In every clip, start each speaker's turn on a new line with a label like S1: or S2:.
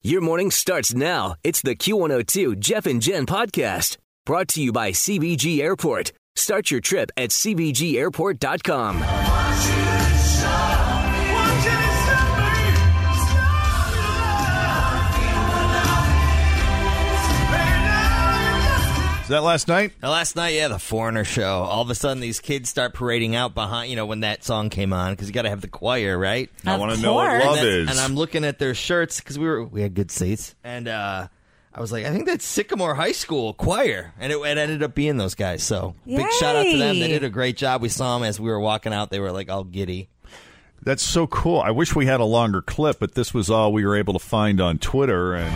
S1: Your morning starts now. It's the Q102 Jeff and Jen podcast brought to you by CBG Airport. Start your trip at CBGAirport.com.
S2: Is that last night?
S3: Now, last night, yeah, the Foreigner show. All of a sudden, these kids start parading out behind, you know, when that song came on, because you got to have the choir, right?
S2: I
S4: Of
S2: want to know what
S4: course.
S2: love
S3: and, that-
S2: is.
S3: and I'm looking at their shirts because we were we had good seats, and uh, I was like, I think that's Sycamore High School choir, and it, it ended up being those guys. So big shout out to them. They
S4: Yay.
S3: did a great job. We saw them as we were walking out. They were like all giddy.
S2: That's so cool. I wish we had a longer clip, but this was all we were able to find on Twitter. And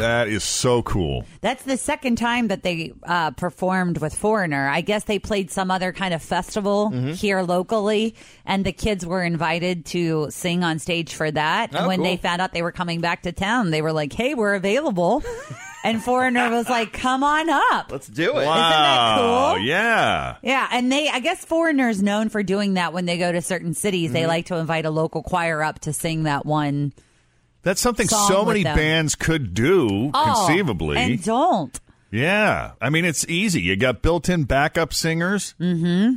S2: that is so cool.
S4: That's the second time that they uh, performed with Foreigner. I guess they played some other kind of festival
S3: Mm-hmm.
S4: here locally, and the kids were invited to sing on stage for that. and
S3: Oh,
S4: when they
S3: cool.
S4: found out they were coming back to town, they were like, hey, we're available. and Foreigner was like, come on up.
S3: Let's do it.
S2: Wow.
S4: cool?
S2: Yeah.
S4: Yeah, and they I guess foreigners known for doing that when they go to certain cities,
S3: Mm-hmm.
S4: they like to invite a local choir up to sing that one
S2: That's something
S4: Song
S2: so
S4: with
S2: many
S4: them.
S2: bands could do
S4: Oh,
S2: conceivably.
S4: And don't.
S2: yeah. I mean, it's easy. You got built in backup singers. Mm
S4: Mm-hmm.
S2: hmm.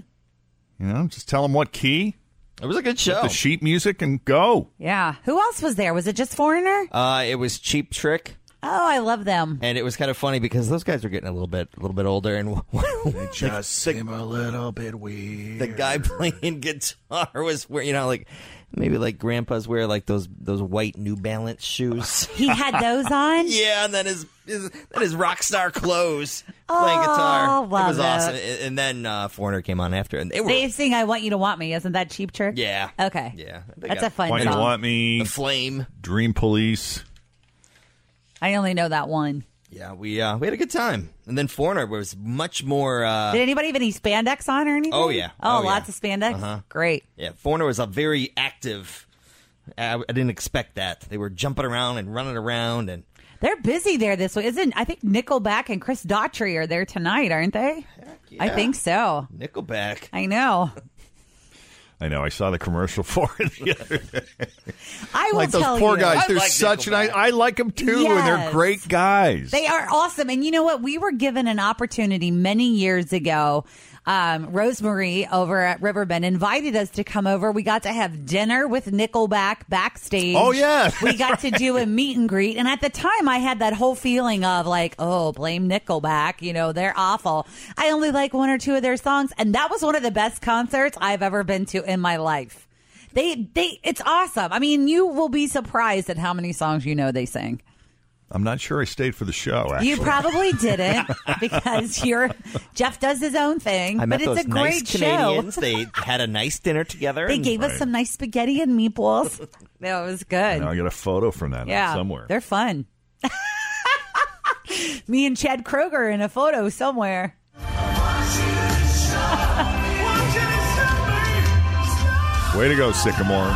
S2: You know, just tell them what key,
S3: It was a good show.
S2: the sheet music, and go.
S4: Yeah. Who else was there? Was it just foreigner?
S3: uh, it was Cheap Trick.
S4: Oh, I love them.
S3: And it was kind of funny because those guys were getting a little bit, a little bit older, and just seem a little bit weird. The guy playing guitar was wearing, you know, like maybe like grandpas wear like those those white New Balance shoes.
S4: He had those on?
S3: yeah, and then his, his then his rock star clothes playing guitar.
S4: love
S3: it was
S4: it.
S3: awesome. And and then uh, Foreigner came on after, and they were
S4: They sing I Want You to Want Me. Isn't that Cheap Trick?
S3: yeah,
S4: Okay.
S3: yeah. They
S4: That's
S3: got
S4: a fun
S2: Why do you
S4: song.
S2: want me?
S3: the flame.
S2: Dream Police.
S4: I only know that one.
S3: Yeah, we uh, we had a good time, and then Foreigner was much more. Uh,
S4: Did anybody have any spandex on or anything?
S3: Oh, yeah.
S4: Oh,
S3: Oh, yeah.
S4: lots of spandex? Great.
S3: Yeah, Foreigner was a very active. I, I didn't expect that. They were jumping around and running around, and
S4: They're busy there this week. Isn't I think Nickelback and Chris Daughtry are there tonight, aren't they? I
S3: yeah.
S4: think so.
S3: Nickelback.
S4: I know.
S2: I know. I saw the commercial for it the other day.
S4: I will
S2: like those
S4: tell
S2: poor
S4: you.
S2: guys.
S3: I
S2: They're
S3: like
S2: such nice.
S3: Nickelback.
S2: I like them too, and they're
S4: Yes.
S2: great guys.
S4: They are awesome. And you know what? We were given an opportunity many years ago. Um, Rosemary over at Riverbend invited us to come over. We got to have dinner with Nickelback backstage.
S2: Oh, yeah.
S4: We got to do a meet and greet. And at the time, I had that whole feeling of like, oh, blame Nickelback. You know, they're awful. I only like one or two of their songs. And that was one of the best concerts I've ever been to in my life. They, they, it's awesome. I mean, you will be surprised at how many songs you know they sing.
S2: I'm not sure I stayed for the show. Actually.
S4: You probably didn't because you're Jeff does his own thing,
S3: I met
S4: but it's
S3: those
S4: a great
S3: nice
S4: show.
S3: Canadians. They had a nice dinner together.
S4: They
S3: and-
S4: gave us some nice spaghetti and meatballs. No, it was good.
S2: Now I got a photo from that
S4: yeah,
S2: somewhere.
S4: they're fun. Me and Chad Kroger in a photo somewhere.
S2: Way to go, Sycamore.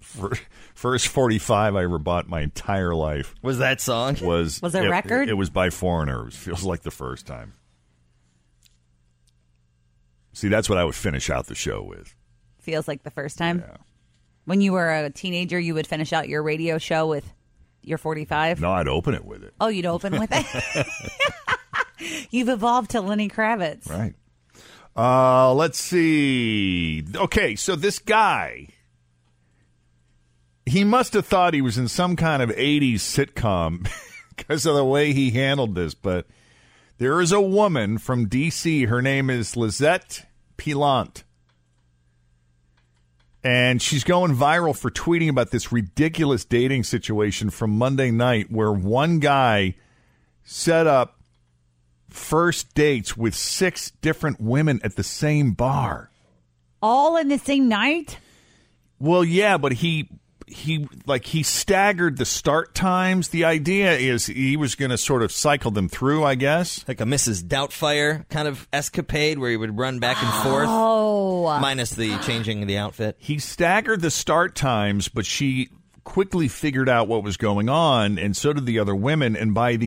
S2: Fir- First 45 I ever bought my entire life
S3: was that song.
S2: was
S4: Was it a
S2: it,
S4: record?
S2: It was by Foreigner. It feels like the first time. See, that's what I would finish out the show with.
S4: Feels like the first time when you were a teenager, you would finish out your radio show with your 45.
S2: No, I'd open it with it.
S4: Oh, you'd open with it. You've evolved to Lenny Kravitz.
S2: Right. Uh, let's see. Okay, so this guy, he must have thought he was in some kind of 80s sitcom because of the way he handled this, but there is a woman from D.C. Her name is Lizette Pilant. And she's going viral for tweeting about this ridiculous dating situation from Monday night where one guy set up first dates with six different women at the same bar.
S4: All in the same night?
S2: Well, yeah, but he he like he staggered the start times. The idea is he was going to sort of cycle them through, I guess.
S3: Like a Mrs. Doubtfire kind of escapade where he would run back and forth.
S4: Oh.
S3: Minus the changing the outfit.
S2: He staggered the start times, but she quickly figured out what was going on, and so did the other women. And by the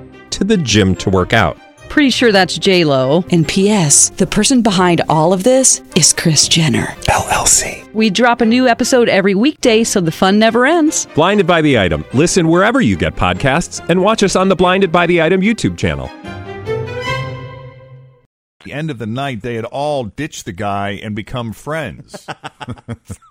S5: to the gym to work out.
S6: Pretty sure that's J Lo.
S7: And P.S. The person behind all of this is Chris Jenner.
S5: LLC.
S6: We drop a new episode every weekday, so the fun never ends.
S5: Blinded by the item. Listen wherever you get podcasts, and watch us on the Blinded by the Item YouTube channel.
S2: end of the night, they had all ditched the guy and become friends.
S4: That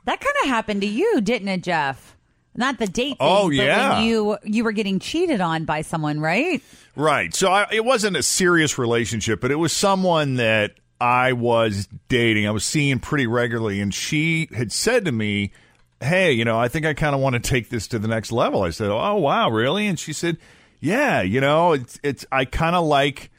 S4: kind of happened to you, didn't it, Jeff? Not the date. Thing,
S2: Oh,
S4: but
S2: yeah.
S4: when you you were getting cheated on by someone, right?
S2: Right. So I, it wasn't a serious relationship, but it was someone that I was dating. I was seeing pretty regularly, and she had said to me, "Hey, you know, I think I kind of want to take this to the next level." I said, "Oh, wow, really?" And she said, "Yeah, you know, it's it's I kind of like."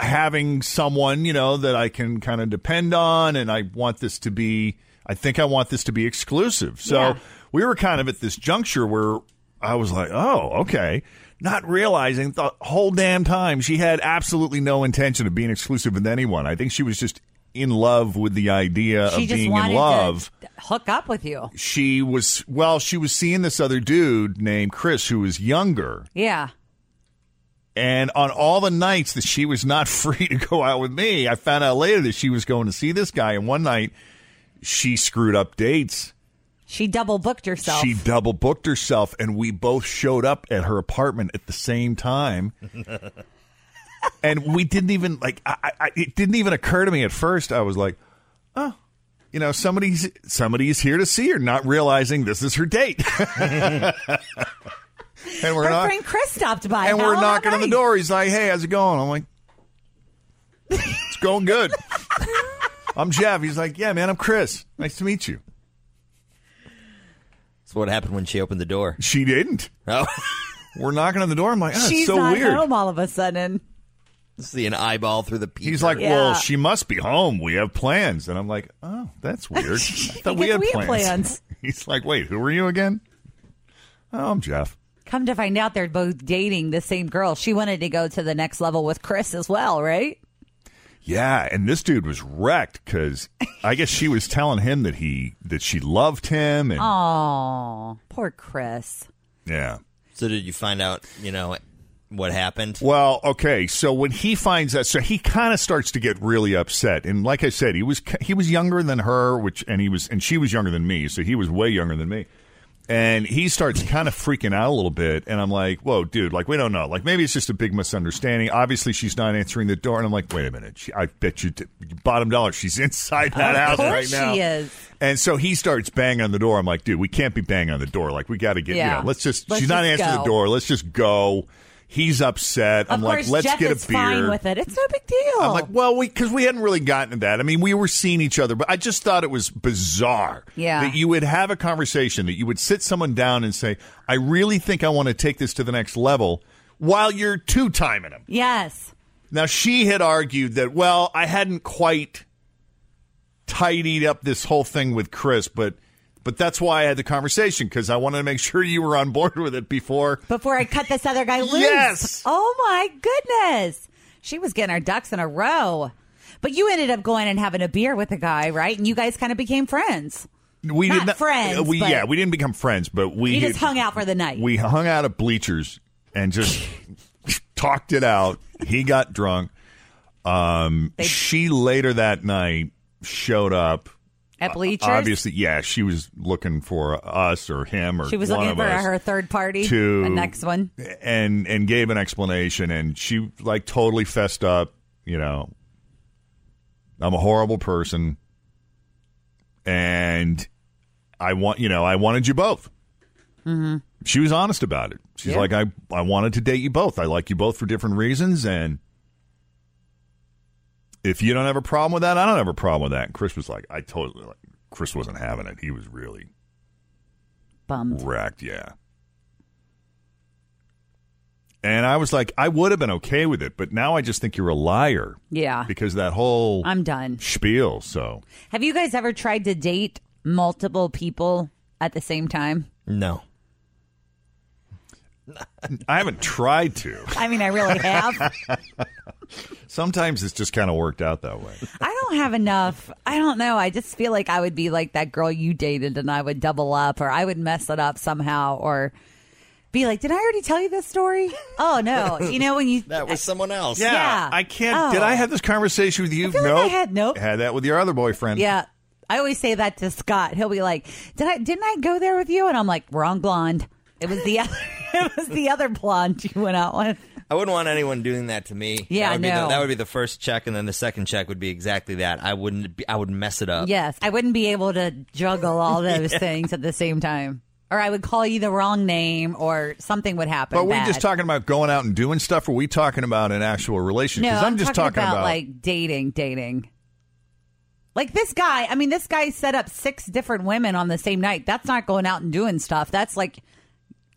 S2: having someone you know that I can kind of depend on, and I want this to be. I think I want this to be exclusive. So we were kind of at this juncture where I was like, "Oh, okay," not realizing the whole damn time she had absolutely no intention of being exclusive with anyone. I think she was just in love with the idea
S4: She
S2: of
S4: just
S2: being
S4: wanted
S2: in love
S4: to hook up with you.
S2: she was well she was seeing this other dude named chris who was younger
S4: Yeah.
S2: and on all the nights that she was not free to go out with me, I found out later that she was going to see this guy. And one night, she screwed up dates.
S4: She double booked herself.
S2: She double booked herself, and we both showed up at her apartment at the same time. and we didn't even like. I, I, I- it didn't even occur to me at first. I was like, oh. You know, somebody's somebody's here to see her, not realizing this is her date. and we're
S4: her
S2: not
S4: friend Chris stopped by,
S2: and we're
S4: How
S2: knocking on the
S4: nice.
S2: door. He's like, "Hey, how's it going?" I'm like, "It's going good." I'm Jeff. He's like, "Yeah, man, I'm Chris. Nice to meet you."
S3: That's what happened when she opened the door.
S2: She didn't.
S3: Oh,
S2: We're knocking on the door. I'm like, "Oh,
S4: She's
S2: it's so
S4: not
S2: weird."
S4: home all of a sudden.
S3: see an eyeball through the peeper.
S2: He's like,
S4: Yeah.
S2: "Well, she must be home. We have plans." And I'm like, "Oh, that's weird. I thought we
S4: Because
S2: had
S4: we
S2: plans."
S4: had plans.
S2: He's like, "Wait, who are you again?" Oh, I'm Jeff.
S4: Come to find out, they're both dating the same girl. She wanted to go to the next level with Chris as well, right?
S2: Yeah, and this dude was wrecked because I guess she was telling him that he that she loved him, and
S4: Oh, poor Chris.
S2: yeah,
S3: so did you find out, you know, what happened?
S2: Well, okay. So when he finds that, so he kind of starts to get really upset. And like I said, he was he was younger than her, which and he was and she was younger than me, so he was way younger than me. And he starts kind of freaking out a little bit, and I'm like, "Whoa, dude! Like, we don't know. Like, maybe it's just a big misunderstanding. Obviously, she's not answering the door." And I'm like, "Wait a minute! She, I bet you, t- bottom dollar, she's inside that
S4: Of
S2: house
S4: course
S2: right now."
S4: she is.
S2: And so he starts banging on the door. I'm like, "Dude, we can't be banging on the door. Like, we got to get.
S4: Yeah.
S2: You know, let's just.
S4: Let's
S2: she's not
S4: just
S2: answering
S4: go.
S2: the door. Let's just go." He's upset. I'm
S4: of
S2: like,
S4: course,
S2: let's
S4: Jeff
S2: get a
S4: is
S2: beer.
S4: fine with it. It's no big deal.
S2: I'm like, well, we because we hadn't really gotten to that. I mean, we were seeing each other, but I just thought it was bizarre
S4: Yeah.
S2: that you would have a conversation, that you would sit someone down and say, "I really think I want to take this to the next level," while you're two timing him.
S4: yes.
S2: Now she had argued that, well, I hadn't quite tidied up this whole thing with Chris, but but that's why I had the conversation because I wanted to make sure you were on board with it before.
S4: Before I cut this other guy loose.
S2: Yes.
S4: Oh my goodness. She was getting her ducks in a row. But you ended up going and having a beer with the guy, right? And you guys kind of became friends.
S2: We
S4: Not friends,
S2: We
S4: but-
S2: yeah, we didn't become friends, but we
S4: You just hung out for the night.
S2: we hung out at bleachers and just talked it out. He got drunk. Um, she later that night showed up
S4: at bleachers.
S2: Obviously, yeah, she was looking for us or him or
S4: she was
S2: one
S4: looking
S2: of
S4: for
S2: us
S4: her third party.
S2: to
S4: the next one.
S2: and and gave an explanation, and she like totally fessed up. You know, I'm a horrible person, and I want you know I wanted you both.
S4: Mm-hmm.
S2: She was honest about it. She's like, I I wanted to date you both. I like you both for different reasons, and if you don't have a problem with that, I don't have a problem with that. And Chris was like, I totally like. Chris wasn't having it. He was really
S4: Bummed.
S2: Wrecked, yeah. And I was like, I would have been okay with it, but now I just think you're a liar
S4: Yeah.
S2: because that whole
S4: I'm done.
S2: spiel. So
S4: Have you guys ever tried to date multiple people at the same time?
S3: No.
S2: I haven't tried to.
S4: I mean, I really have.
S2: Sometimes it's just kind of worked out that way.
S4: I don't have enough. I don't know. I just feel like I would be like that girl you dated and I would double up or I would mess it up somehow or be like, did I already tell you this story? Oh, no. You know, when you.
S3: That was someone else.
S4: Yeah. Yeah.
S2: I can't.
S4: Oh.
S2: Did I have this conversation with you?
S4: feel like
S2: no,
S4: I had- nope.
S2: Had that with your other boyfriend.
S4: Yeah. I always say that to Scott. He'll be like, "Did I didn't I go there with you?" And I'm like, "Wrong blonde. It was the other it was the other blonde you went out with."
S3: I wouldn't want anyone doing that to me.
S4: Yeah,
S3: that would, be the,
S4: no.
S3: that would be the first check, and then the second check would be exactly that. I wouldn't. Be, I would mess
S2: Oh.
S3: it up.
S4: Yes, I wouldn't be able to juggle all those things at the same time. Or I would call you the wrong name or something would happen.
S2: But we
S4: bad.
S2: just talking about going out and doing stuff. Or are we talking about an actual relationship?
S4: No,
S2: Because
S4: I'm,
S2: just
S4: talking, about,
S2: about
S4: like dating, dating. Like this guy, I mean, this guy set up six different women on the same night. That's not going out and doing stuff. That's like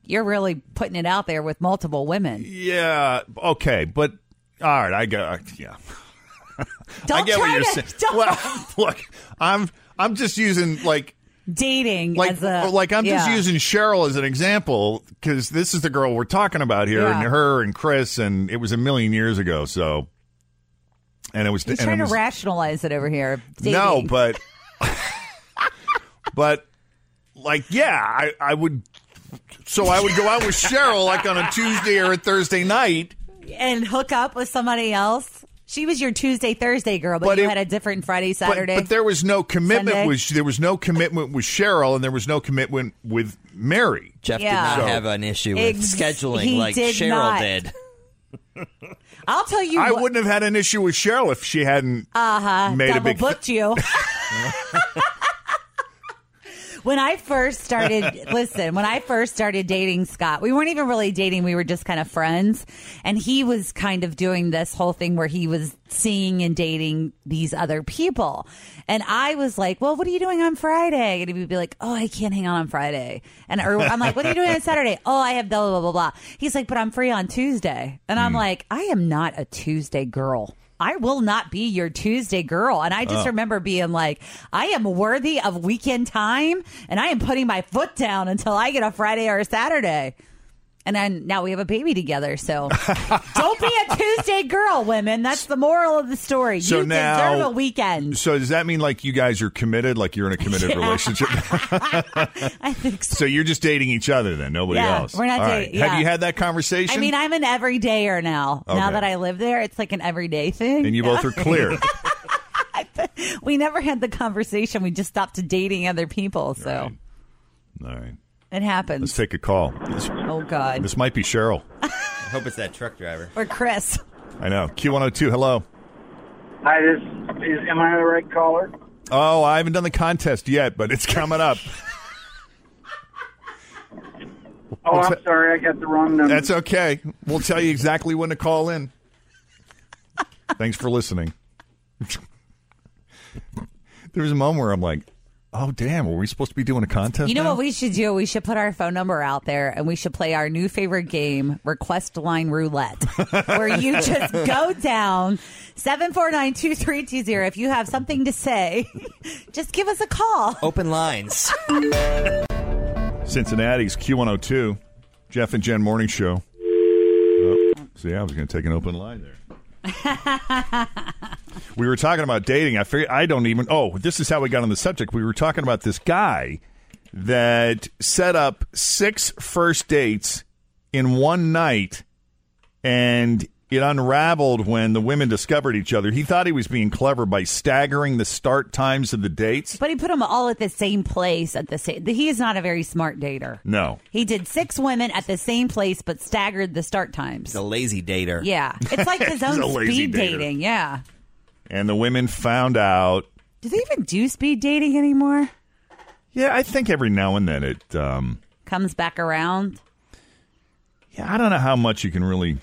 S4: you're really putting it out there with multiple women.
S2: Yeah. Okay. But all right. I got. Yeah. I
S4: Don't
S2: get
S4: try
S2: what you're
S4: to
S2: saying.
S4: don't-
S2: Well, look, I'm I'm just using like
S4: dating
S2: like
S4: as a
S2: or, like I'm just
S4: yeah.
S2: using Cheryl as an example because this is the girl we're talking about here,
S4: Yeah.
S2: and her and Chris, and it was a million years ago, so. And it was
S4: He's
S2: and
S4: trying
S2: it
S4: to
S2: was,
S4: rationalize it over here. Dating.
S2: no, but but like yeah, I I would. So I would go out with Cheryl like on a Tuesday or a Thursday night,
S4: and hook up with somebody else. She was your Tuesday Thursday girl, but,
S2: But
S4: you
S2: it-
S4: had a different Friday
S2: But-
S4: Saturday.
S2: But, there was no commitment
S4: Sunday.
S2: with there was no commitment with Cheryl, and there was no commitment with Mary.
S3: Jeff
S4: Yeah.
S3: did
S4: So-
S3: not have an issue with
S4: Ex- he
S3: scheduling like
S4: did
S3: Cheryl
S4: not.
S3: did.
S4: I'll tell you,
S2: I
S4: what-
S2: wouldn't have had an issue with Cheryl if she hadn't uh-huh, made a
S4: double
S2: big.
S4: booked you. when I first started, listen, when I first started dating Scott, we weren't even really dating. We were just kind of friends. And he was kind of doing this whole thing where he was seeing and dating these other people. And I was like, well, what are you doing on Friday? And he would be like, oh, I can't hang out on Friday. And or, I'm like, what are you doing on Saturday? Oh, I have blah, blah, blah, blah. He's like, but I'm free on Tuesday. And
S2: Hmm.
S4: I'm like, I am not a Tuesday girl. I will not be your Tuesday girl. And I
S2: Oh.
S4: just remember being like, I am worthy of weekend time and I am putting my foot down until I get a Friday or a Saturday. And then now we have a baby together. So don't be a Tuesday girl, women. That's the moral of the story.
S2: So
S4: you
S2: now-
S4: deserve a weekend.
S2: So does that mean like you guys are committed, like you're in a committed relationship?
S4: I think so.
S2: so you're just dating each other then, nobody
S4: Yeah,
S2: else.
S4: we're not
S2: All
S4: dating-
S2: right.
S4: yeah.
S2: Have you had that conversation?
S4: I mean, I'm an everydayer now. Now
S2: Okay.
S4: that I live there, it's like an everyday thing.
S2: and you both are clear.
S4: we never had the conversation. We just stopped dating other people. So
S2: All right,
S4: it happens.
S2: let's take a call. This,
S4: oh, God.
S2: this might be Cheryl.
S3: I hope it's that truck driver.
S4: or Chris.
S2: I know. Q102. Hello.
S8: Hi, this is. Am I the right caller?
S2: Oh, I haven't done the contest yet, but it's coming up.
S8: Oh,
S2: What's
S8: I'm
S2: that?
S8: sorry, I got the wrong number.
S2: That's okay. We'll tell you exactly when to call in. Thanks for listening. there was a moment where I'm like, oh, damn, were we supposed to be doing a contest?
S4: You know
S2: now?
S4: what we should do? We should put our phone number out there and we should play our new favorite game, Request Line Roulette, where you just go down 749-2320. If you have something to say, just give us a call.
S3: Open lines.
S2: Cincinnati's Q102, Jeff and Jen Morning Show. Oh, see, I was going to take an open line there. we were talking about dating. I figured I don't even. Oh, this is how we got on the subject. We were talking about this guy that set up six first dates in one night, and It unraveled when the women discovered each other. He thought he was being clever by staggering the start times of the dates.
S4: But he put them all at the same place at the same. He is not a very smart dater.
S2: No.
S4: He did six women at the same place, but staggered the start times.
S3: He's a lazy dater.
S4: Yeah, it's like his
S2: He's
S4: own
S2: a lazy
S4: speed
S2: dater.
S4: dating. Yeah,
S2: And the women found out.
S4: do they even do speed dating anymore?
S2: Yeah, I think every now and then it. Um,
S4: Comes back around.
S2: yeah, I don't know how much you can really.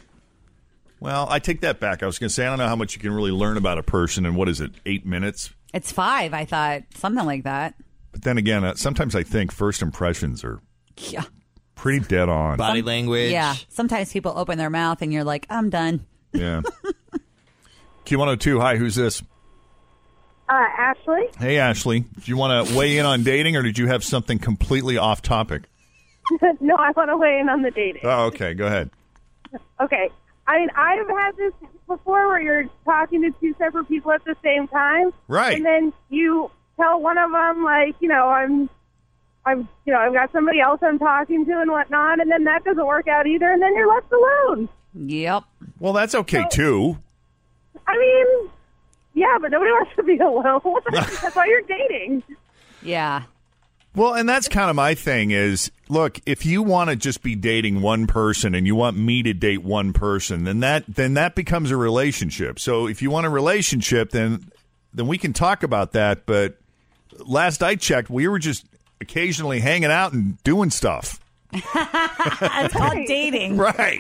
S2: Well, I take that back. I was going to say I don't know how much you can really learn about a person in what is it, eight minutes?
S4: It's five, I thought, something like that.
S2: But then again, uh, sometimes I think first impressions are
S4: Yeah,
S2: pretty dead on.
S3: Body language.
S4: yeah. Sometimes people open their mouth and you're like, I'm done.
S2: Yeah. Q102, hi, who's this?
S9: Uh, Ashley,
S2: Hey, Ashley. Do you want to weigh in on dating or did you have something completely off topic?
S9: no, I want to weigh in on the dating.
S2: Oh, okay. Go ahead.
S9: Okay. I mean, I've had this before where you're talking to two separate people at the same time.
S2: Right.
S9: And then you tell one of them, like, you know, I'm, I'm, you know, I've got somebody else I'm talking to and whatnot, and then that doesn't work out either, and then you're left alone.
S4: Yep.
S2: Well, that's okay, too.
S9: I mean, yeah, but nobody wants to be alone. That's why you're dating.
S4: Yeah.
S2: Well, and that's kind of my thing is look, if you want to just be dating one person and you want me to date one person, then that then that becomes a relationship. So if you want a relationship, then then we can talk about that, but last I checked, we were just occasionally hanging out and doing stuff.
S4: That's called dating.
S2: Right.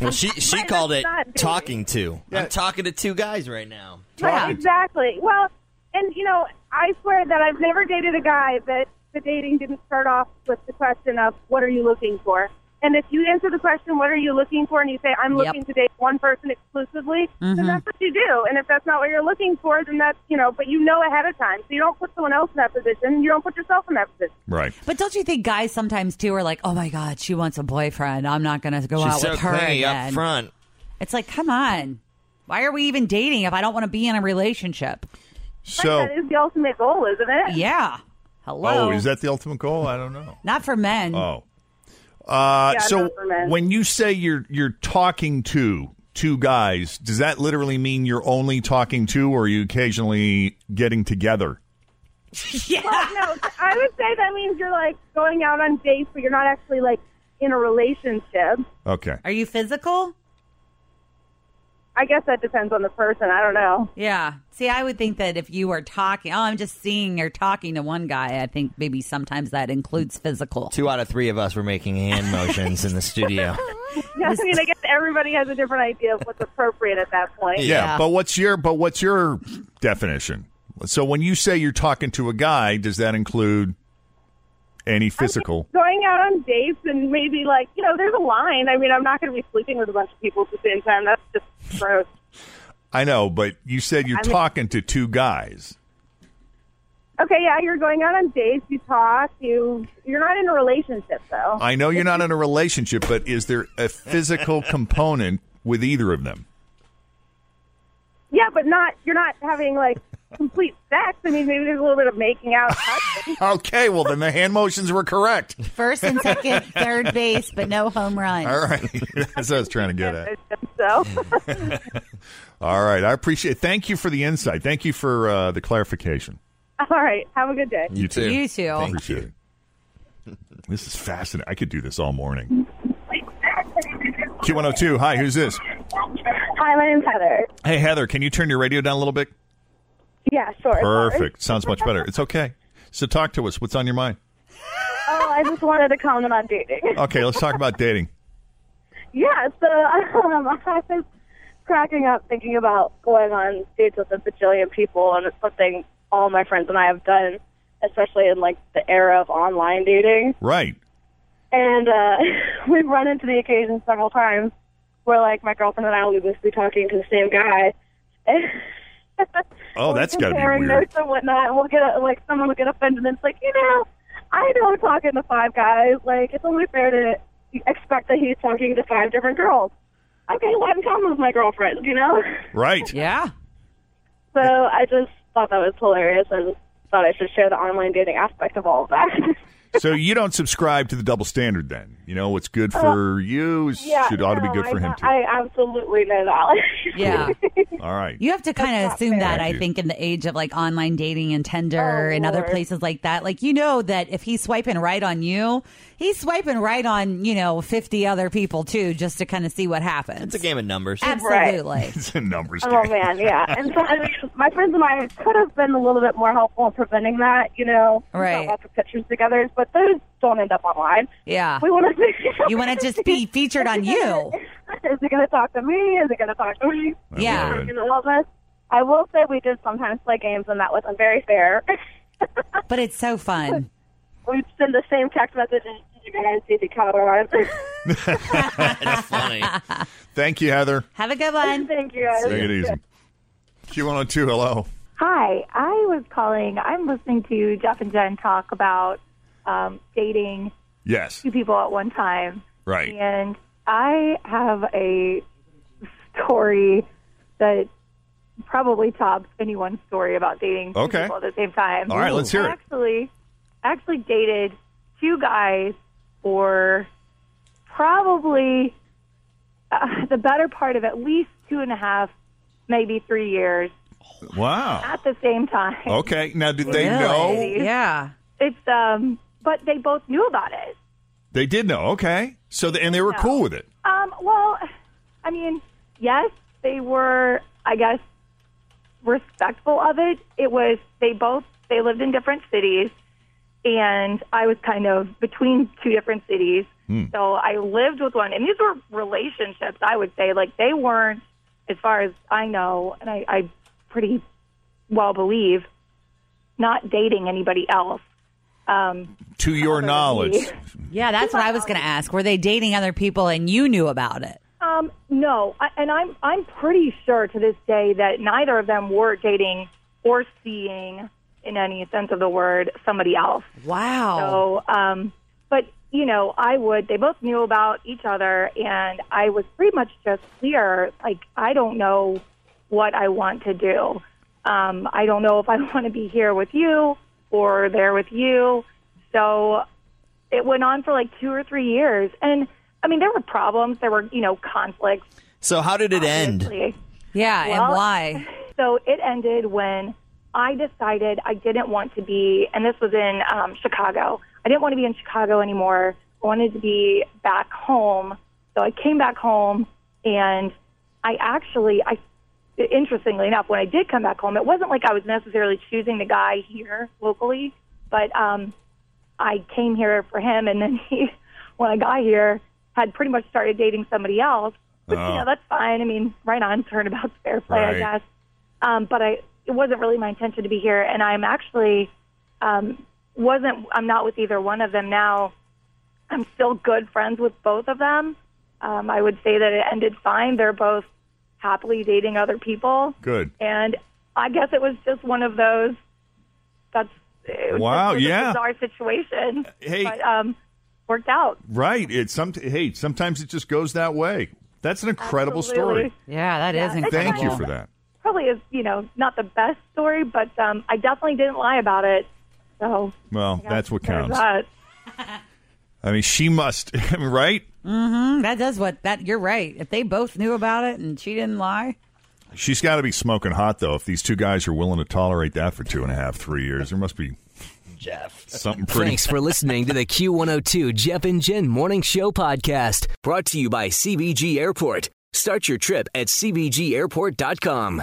S3: Well, she she called it
S9: not dating.
S3: talking to. I'm talking to two guys right now.
S9: Right, exactly. Well, and you know, I swear that I've never dated a guy that the dating didn't start off with the question of what are you looking for. And if you answer the question, what are you looking for, and you say, I'm
S4: Yep.
S9: looking to date one person exclusively, then that's what you do. And if that's not what you're looking for, then that's, you know, but you know ahead of time. So you don't put someone else in that position. You don't put yourself in that position.
S2: Right.
S4: But don't you think guys sometimes too are like, oh my God, she wants a boyfriend. I'm not going to go out
S3: She's so
S4: with her
S3: clingy up
S4: again.
S3: front.
S4: It's like, come on. Why are we even dating if I don't want to be in a relationship?
S2: So
S9: That is the ultimate goal, isn't it?
S4: Yeah. Hello.
S2: Oh, is that the ultimate goal? I don't know.
S4: Not for men.
S2: Oh. Uh,
S9: Mm-hmm. Yeah,
S2: so
S9: not for men.
S2: when you say you're you're talking to two guys, does that literally mean you're only talking to or are you occasionally getting together?
S9: Well, no, I would say that means you're like going out on dates, but you're not actually like in a relationship.
S2: Okay.
S4: Are you physical?
S9: I guess that depends on the person. I don't know.
S4: Yeah. See, I would think that if you are talking, oh, I'm just seeing or talking to one guy, I think maybe sometimes that includes physical.
S3: Two out of three of us were making hand motions in the studio.
S9: Yeah, I mean, I guess everybody has a different idea of what's appropriate at that point.
S2: Yeah,
S4: Yeah.
S2: but what's your but what's your definition? So when you say you're talking to a guy, does that include any physical?
S9: Going out on dates and maybe like you know, there's a line. I mean, I'm not going to be sleeping with a bunch of people at the same time. That's just gross.
S2: I know, but you said you're
S9: I mean-
S2: talking to two guys.
S9: Okay, yeah, you're going out on dates. You talk. You you're not in a relationship though.
S2: I know you're not in a relationship, but is there a physical component with either of them?
S9: yeah, but not you're not having like complete sex. I mean, maybe there's a little bit of making out. touching.
S2: Okay, well then the hand motions were correct.
S4: First and second, third base, but no home run.
S2: All right. That's what I was trying to get at.
S9: so
S2: All right. I appreciate Thank you for the insight. Thank you for uh, the clarification.
S9: all right, have a good day.
S2: You too.
S4: You too.
S2: Appreciate it. This is fascinating. I could do this all morning. Q102. Hi, who's this?
S9: Hi, my name's Heather.
S2: Hey, Heather, can you turn your radio down a little bit?
S9: Yeah, sure.
S2: Perfect. Sounds much better. It's okay. So talk to us. What's on your mind?
S9: Oh, I just wanted to comment on dating.
S2: Okay, let's talk about dating.
S9: Yeah, so um, I was cracking up thinking about going on dates with a bajillion people, and it's something all my friends and I have done, especially in like the era of online dating.
S2: Right.
S9: And uh, we've run into the occasion several times where like my girlfriend and I will just be talking to the same guy.
S2: Oh, that's got to be
S9: comparing
S2: weird.
S9: notes and whatnot. and We'll get like someone will get offended, and it's like you know, I know I'm talking to five guys. Like it's only fair to expect that he's talking to five different girls. Okay, well I'm talking with my girlfriend, you know.
S2: Right.
S4: Yeah.
S9: So I just thought that was hilarious, and thought I should share the online dating aspect of all of that.
S2: so you don't subscribe to the double standard, then? You know what's good for you is,
S10: Uh, Yeah,
S2: should ought to be
S10: no,
S2: good for
S10: I,
S2: him too.
S10: I absolutely know that.
S4: Yeah.
S2: All right.
S4: You have to kind of assume that,
S2: Thank
S4: I
S2: you.
S4: think, in the age of like online dating and Tinder
S10: Oh,
S4: and other
S10: Lord.
S4: places like that. Like, you know that if he's swiping right on you, he's swiping right on, you know, 50 other people too, just to kind of see what
S3: It's
S4: happens.
S3: a game of numbers.
S4: Absolutely.
S2: it's a numbers
S10: Oh
S2: game.
S10: man, yeah. And so I mean, my friends and I could have been a little bit more helpful in preventing that. You know, We got
S4: Right.
S10: Lots of pictures together, but those don't end up online.
S4: Yeah.
S10: We want to.
S4: You want to just be featured on you.
S10: Is it going to talk to me? Is it going to talk to me?
S4: Yeah.
S10: You know, all this. I will say we did sometimes play games, and that wasn't very fair.
S4: But it's so fun.
S10: We'd send the same text message and you guys need to count on.
S3: That's funny.
S2: Thank you, Heather.
S4: Have a good one.
S10: Thank you guys.
S2: Take it easy. Q102, hello.
S9: Hi, I was calling. I'm listening to Jeff and Jen talk about um, dating
S2: Yes.
S9: two people at one time.
S2: Right.
S9: And I have a story that probably tops anyone's story about dating two
S2: Okay.
S9: people at the same time.
S2: All right, let's hear
S9: I
S2: it.
S9: Actually, I actually dated two guys for probably uh, the better part of at least two and a half, maybe three years
S2: Wow.
S9: at the same time.
S2: Okay. Now, did they know?
S4: Yeah.
S9: It's um, but they both knew about it.
S2: They did know. Okay. So, the, and they were cool with it.
S9: Um, well, I mean, yes, they were. I guess respectful of it. It was they both they lived in different cities, and I was kind of between two different cities. So I lived with one, and these were relationships. I would say like they weren't, as far as I know, and I, I pretty well believe, not dating anybody else. Um,
S2: To your knowledge.
S4: Yeah, that's what I was going to ask. Were they dating other people and you knew about it?
S9: Um, no, I, and I'm I'm pretty sure to this day that neither of them were dating or seeing, in any sense of the word, somebody else.
S4: Mm-hmm. Wow.
S9: So, um, but you know, I would. They both knew about each other, and I was pretty much just clear. Like, I don't know what I want to do. Um, I don't know if I want to be here with you or there with you. So it went on for like two or three years, and I mean, there were problems. There were you know conflicts.
S3: So how did it end?
S9: obviously.
S4: Yeah, and
S9: Well,
S4: why?
S9: So it ended when I decided I didn't want to be, and this was in um, Chicago. I didn't want to be in Chicago anymore. I wanted to be back home. So I came back home, and I actually, I interestingly enough, when I did come back home, it wasn't like I was necessarily choosing the guy here locally, but um, I came here for him, and then he, when I got here, had pretty much started dating somebody else. Which,
S2: Oh.
S9: you know, that's fine. I mean, right on, turnabout's fair play,
S2: Right.
S9: I guess. Um, but I, it wasn't really my intention to be here, and I'm actually um, wasn't. I'm not with either one of them now. I'm still good friends with both of them. Um, I would say that it ended fine. They're both happily dating other people,
S2: Good.
S9: and I guess it was just one of those. That's it was
S2: Wow,
S9: just a
S2: yeah.
S9: bizarre situation.
S2: Hey.
S9: but um, worked out.
S2: Right. It's some. Hey, sometimes it just goes that way. That's an incredible
S9: Absolutely.
S2: story.
S4: Yeah, that is
S9: Yeah.
S4: incredible.
S2: Thank you for that.
S9: Probably is you know not the best story, but um, I definitely didn't lie about it. So
S2: Well, that's what
S9: there's
S2: counts.
S9: that.
S2: I mean, she must. I mean, right?
S4: Mm, that does what that you're right. If they both knew about it and she didn't lie.
S2: She's got to be smoking hot though. If these two guys are willing to tolerate that for two and a half, three years, there must be
S3: Jeff.
S2: something pretty.
S1: Thanks for listening to the Q102 Jeff and Jen Morning Show podcast brought to you by CBG Airport. Start your trip at CBGAirport.com.